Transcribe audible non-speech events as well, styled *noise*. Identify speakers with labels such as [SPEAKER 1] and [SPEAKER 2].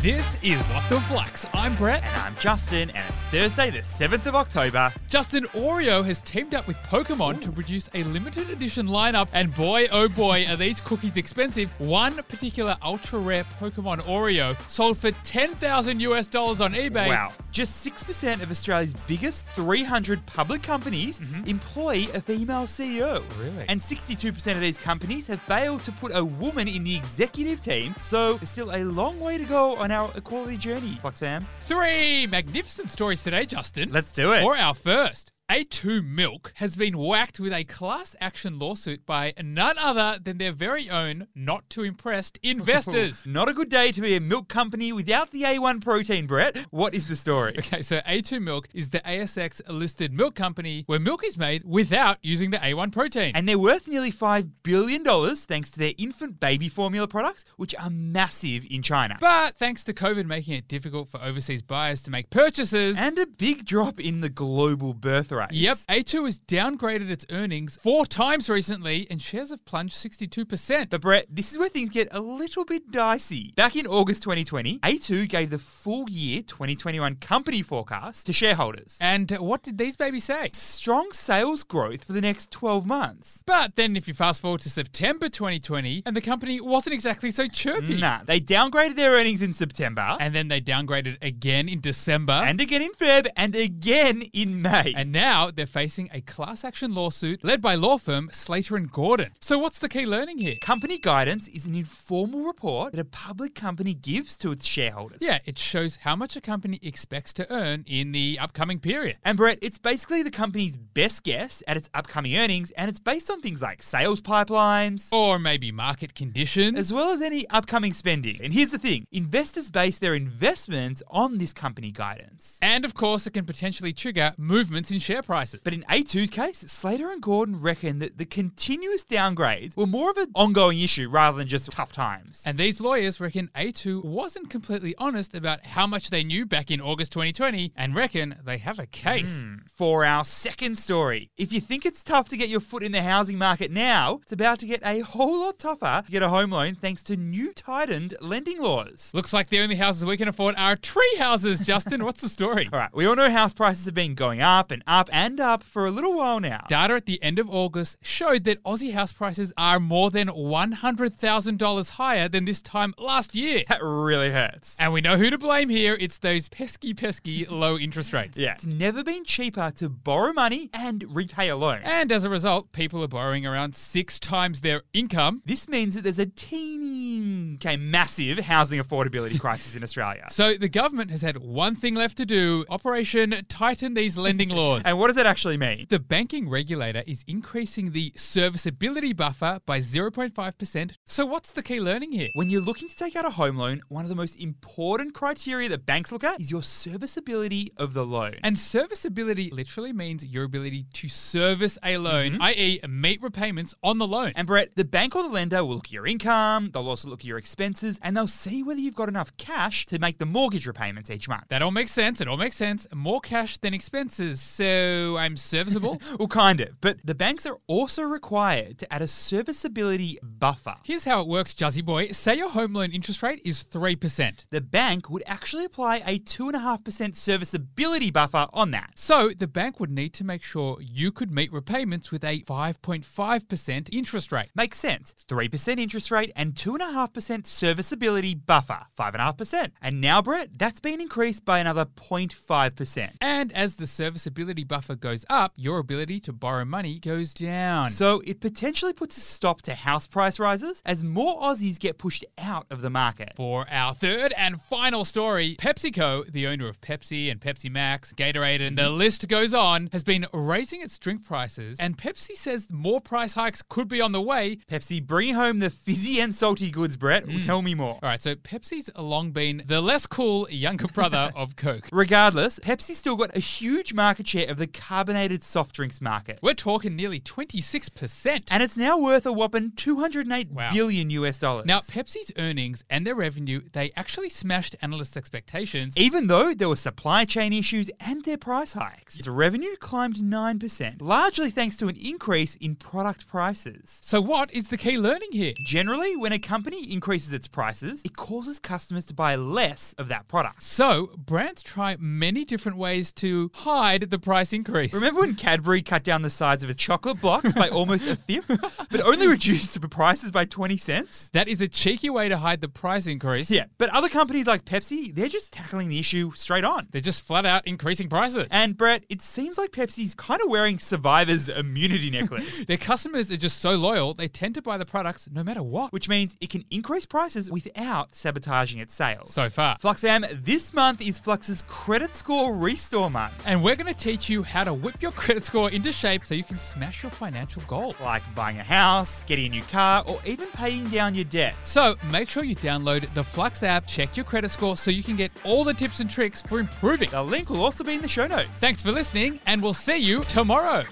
[SPEAKER 1] This is What the Flux. I'm Brett.
[SPEAKER 2] And I'm Justin, and it's Thursday, the 7th of October.
[SPEAKER 1] Justin Oreo has teamed up with Pokemon to produce a limited edition lineup, and boy, oh boy, are these cookies expensive. One particular ultra rare Pokemon Oreo sold for 10,000 US dollars on eBay.
[SPEAKER 2] Wow. Just 6% of Australia's biggest 300 public companies employ a female CEO.
[SPEAKER 1] Really?
[SPEAKER 2] And 62% of these companies have failed to put a woman in the executive team, so there's still a long way to go on our equality journey, Fox fam.
[SPEAKER 1] Three magnificent stories today, Justin.
[SPEAKER 2] Let's do it.
[SPEAKER 1] For our first, A2 Milk has been whacked with a class action lawsuit by none other than their very own not too impressed
[SPEAKER 2] *laughs*
[SPEAKER 1] investors.
[SPEAKER 2] Not a good day to be a milk company without the A1 protein, Brett. What is the story?
[SPEAKER 1] Okay, so A2 Milk is the ASX listed milk company where milk is made without using the A1 protein.
[SPEAKER 2] And they're worth nearly $5 billion thanks to their infant baby formula products, which are massive in China.
[SPEAKER 1] but thanks to COVID making it difficult for overseas buyers to make purchases,
[SPEAKER 2] and a big drop in the global birth rate.
[SPEAKER 1] Yep, A2 has downgraded its earnings four times recently and shares have plunged 62%.
[SPEAKER 2] But Brett, this is where things get a little bit dicey. Back in August 2020, A2 gave the full year 2021 company forecast to shareholders.
[SPEAKER 1] and uh, what did these babies say?
[SPEAKER 2] Strong sales growth for the next 12 months.
[SPEAKER 1] But then if you fast forward to September 2020, and the company wasn't exactly so chirpy.
[SPEAKER 2] Nah, they downgraded their earnings in September, and,
[SPEAKER 1] Hmm. And then they downgraded again in December.
[SPEAKER 2] again in Feb, and again in May.
[SPEAKER 1] And now they're facing a class action lawsuit led by law firm Slater and Gordon. So what's the key learning here?
[SPEAKER 2] Company guidance is an informal report that a public company gives to its shareholders.
[SPEAKER 1] Yeah, it shows how much a company expects to earn in the upcoming period.
[SPEAKER 2] And Brett, it's basically the company's best guess at its upcoming earnings, and it's based on things like sales pipelines,
[SPEAKER 1] Or maybe market conditions.
[SPEAKER 2] as well as any upcoming spending. And here's the thing investors base their investments on this company guidance.
[SPEAKER 1] And of course, it can potentially trigger movements in share prices.
[SPEAKER 2] But in A2's case, Slater and Gordon reckon that the continuous downgrades were more of an ongoing issue rather than just tough times.
[SPEAKER 1] And these lawyers reckon A2 wasn't completely honest about how much they knew back in August 2020 and reckon they have a case.
[SPEAKER 2] Hmm. For our second story, if you think it's tough to get your foot in the housing market now, it's about to get a whole lot tougher to get a home loan thanks to new tightened lending laws.
[SPEAKER 1] Looks like the only houses we can afford are tree houses, Justin. What's the story?
[SPEAKER 2] All right, we all know house prices have been going up and up and up for a little while now.
[SPEAKER 1] Data at the end of August showed that Aussie house prices are more than $100,000 higher than this time last year.
[SPEAKER 2] That really hurts.
[SPEAKER 1] And we know who to blame here. It's those pesky, pesky low interest rates.
[SPEAKER 2] Yeah. It's never been cheaper to borrow money and repay a loan.
[SPEAKER 1] And as a result, people are borrowing around six times their income.
[SPEAKER 2] This means that there's a teeny, okay, massive housing affordability crisis in Australia.
[SPEAKER 1] So the government has had one thing left to do Operation Tighten These Lending Laws.
[SPEAKER 2] *laughs* And what does that actually mean?
[SPEAKER 1] The banking regulator is increasing the serviceability buffer by 0.5%. So, what's the key learning here?
[SPEAKER 2] When you're looking to take out a home loan, one of the most important criteria that banks look at is your serviceability of the loan.
[SPEAKER 1] And serviceability literally means your ability to service a loan, i.e., meet repayments on the loan.
[SPEAKER 2] And Brett, the bank or the lender will look at your income, they'll also look at your expenses, and they'll see whether you've got enough cash to make the mortgage repayments each month.
[SPEAKER 1] that all makes sense. It all makes sense. More cash than expenses. So I'm
[SPEAKER 2] *laughs*
[SPEAKER 1] serviceable.
[SPEAKER 2] Well, kind of, but the banks are also required to add a serviceability buffer.
[SPEAKER 1] Here's how it works, Juzzy Boy. Say your home loan interest rate is 3%.
[SPEAKER 2] The bank would actually apply a 2.5% serviceability buffer on that.
[SPEAKER 1] So the bank would need to make sure you could meet repayments with a 5.5% interest rate.
[SPEAKER 2] Makes sense. 3% interest rate and 2.5% serviceability buffer, 5.5%. And now, Brett, that's been increased by another 0.5%.
[SPEAKER 1] And as the serviceability buffer goes up, your ability to borrow money goes down.
[SPEAKER 2] So it potentially puts a stop to house price rises as more Aussies get pushed out of the market.
[SPEAKER 1] For our third and final story, PepsiCo, the owner of Pepsi and Pepsi Max, Gatorade, and the list goes on, has been raising its drink prices. And Pepsi says more price hikes could be on the way.
[SPEAKER 2] Pepsi, bring home the fizzy and salty goods, Brett. Tell me more.
[SPEAKER 1] All right, so Pepsi's long been the less cool younger brother of Coke.
[SPEAKER 2] Regardless, Pepsi's still got a huge market share of the carbonated soft drinks market.
[SPEAKER 1] We're talking nearly 26%.
[SPEAKER 2] And it's now worth a whopping 208 billion
[SPEAKER 1] Wow.
[SPEAKER 2] US dollars.
[SPEAKER 1] now, Pepsi's earnings and their revenue, they actually smashed analysts' expectations.
[SPEAKER 2] Even though there were supply chain issues and their price hikes, its revenue climbed 9%, largely thanks to an increase in product prices.
[SPEAKER 1] So, what is the key learning here?
[SPEAKER 2] Generally, when a company increases increases its prices, it causes customers to buy less of that product.
[SPEAKER 1] So, brands try many different ways to hide the price increase.
[SPEAKER 2] Remember when Cadbury cut down the size of its chocolate box by almost a fifth, but only reduced the prices by 20 cents?
[SPEAKER 1] that is a cheeky way to hide the price increase.
[SPEAKER 2] Yeah, but other companies like Pepsi, they're just tackling the issue straight on.
[SPEAKER 1] They're just flat out increasing prices.
[SPEAKER 2] And Brett, it seems like Pepsi's kind of wearing Survivor's immunity necklace,
[SPEAKER 1] Their customers are just so loyal, they tend to buy the products no matter what.
[SPEAKER 2] which means it can increase prices without sabotaging its sales.
[SPEAKER 1] So far.
[SPEAKER 2] Flux fam, this month is Flux's credit score restore month.
[SPEAKER 1] And we're going to teach you how to whip your credit score into shape so you can smash your financial goal.
[SPEAKER 2] like buying a house, getting a new car, or even paying down your debts.
[SPEAKER 1] So make sure you download the Flux app, check your credit score so you can get all the tips and tricks for improving.
[SPEAKER 2] The link will also be in the show notes.
[SPEAKER 1] Thanks for listening, and we'll see you tomorrow.